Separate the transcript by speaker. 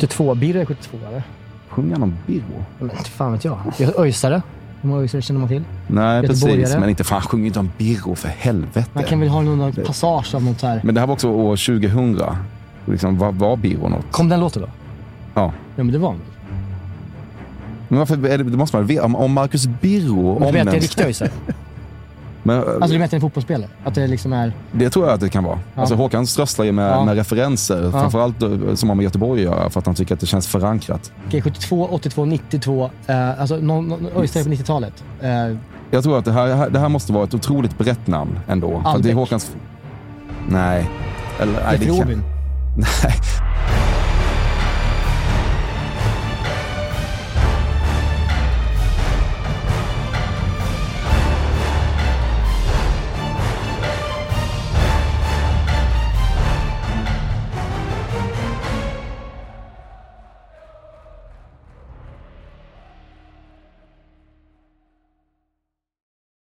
Speaker 1: 72. Birro är 72 eller?
Speaker 2: Sjunger han om Birro?
Speaker 1: Men inte fan vet jag. Jag är öjsare. Hur många öjsare känner man till?
Speaker 2: Nej,
Speaker 1: Göteborgare.
Speaker 2: precis. Men inte fan, sjunger inte om Birro för
Speaker 1: Man
Speaker 2: helvete.
Speaker 1: kan väl ha någon passage av något så här.
Speaker 2: Men det här var också år 2000. Och Liksom, vad var Birro något?
Speaker 1: Kom den låten då?
Speaker 2: Ja.
Speaker 1: Ja, men det var den.
Speaker 2: Men varför är det, det måste man veta. Om, om Marcus Birro
Speaker 1: Men Du menar att det är
Speaker 2: omnämns...
Speaker 1: riktiga öjsare?
Speaker 2: Men, eh,
Speaker 1: Alltså du menar att det är en fotbollsspelare? Att det liksom är...
Speaker 2: det tror jag att det kan vara.
Speaker 1: Ja.
Speaker 2: Alltså, Håkan strösslar ju med,
Speaker 1: Ja.
Speaker 2: med referenser. Framförallt eh, som har med Göteborg att göra. För att han tycker att det känns förankrat.
Speaker 1: Okej, 72, 82, 92. Eh, alltså någon, någon öjsare på 90-talet. Eh,
Speaker 2: Jag tror att det här, det här måste vara ett otroligt brett namn ändå. För att det är
Speaker 1: Albeck.
Speaker 2: Håkans... Nej. Eller, nej,
Speaker 1: Peter
Speaker 2: kan-
Speaker 1: Robin.
Speaker 2: Nej,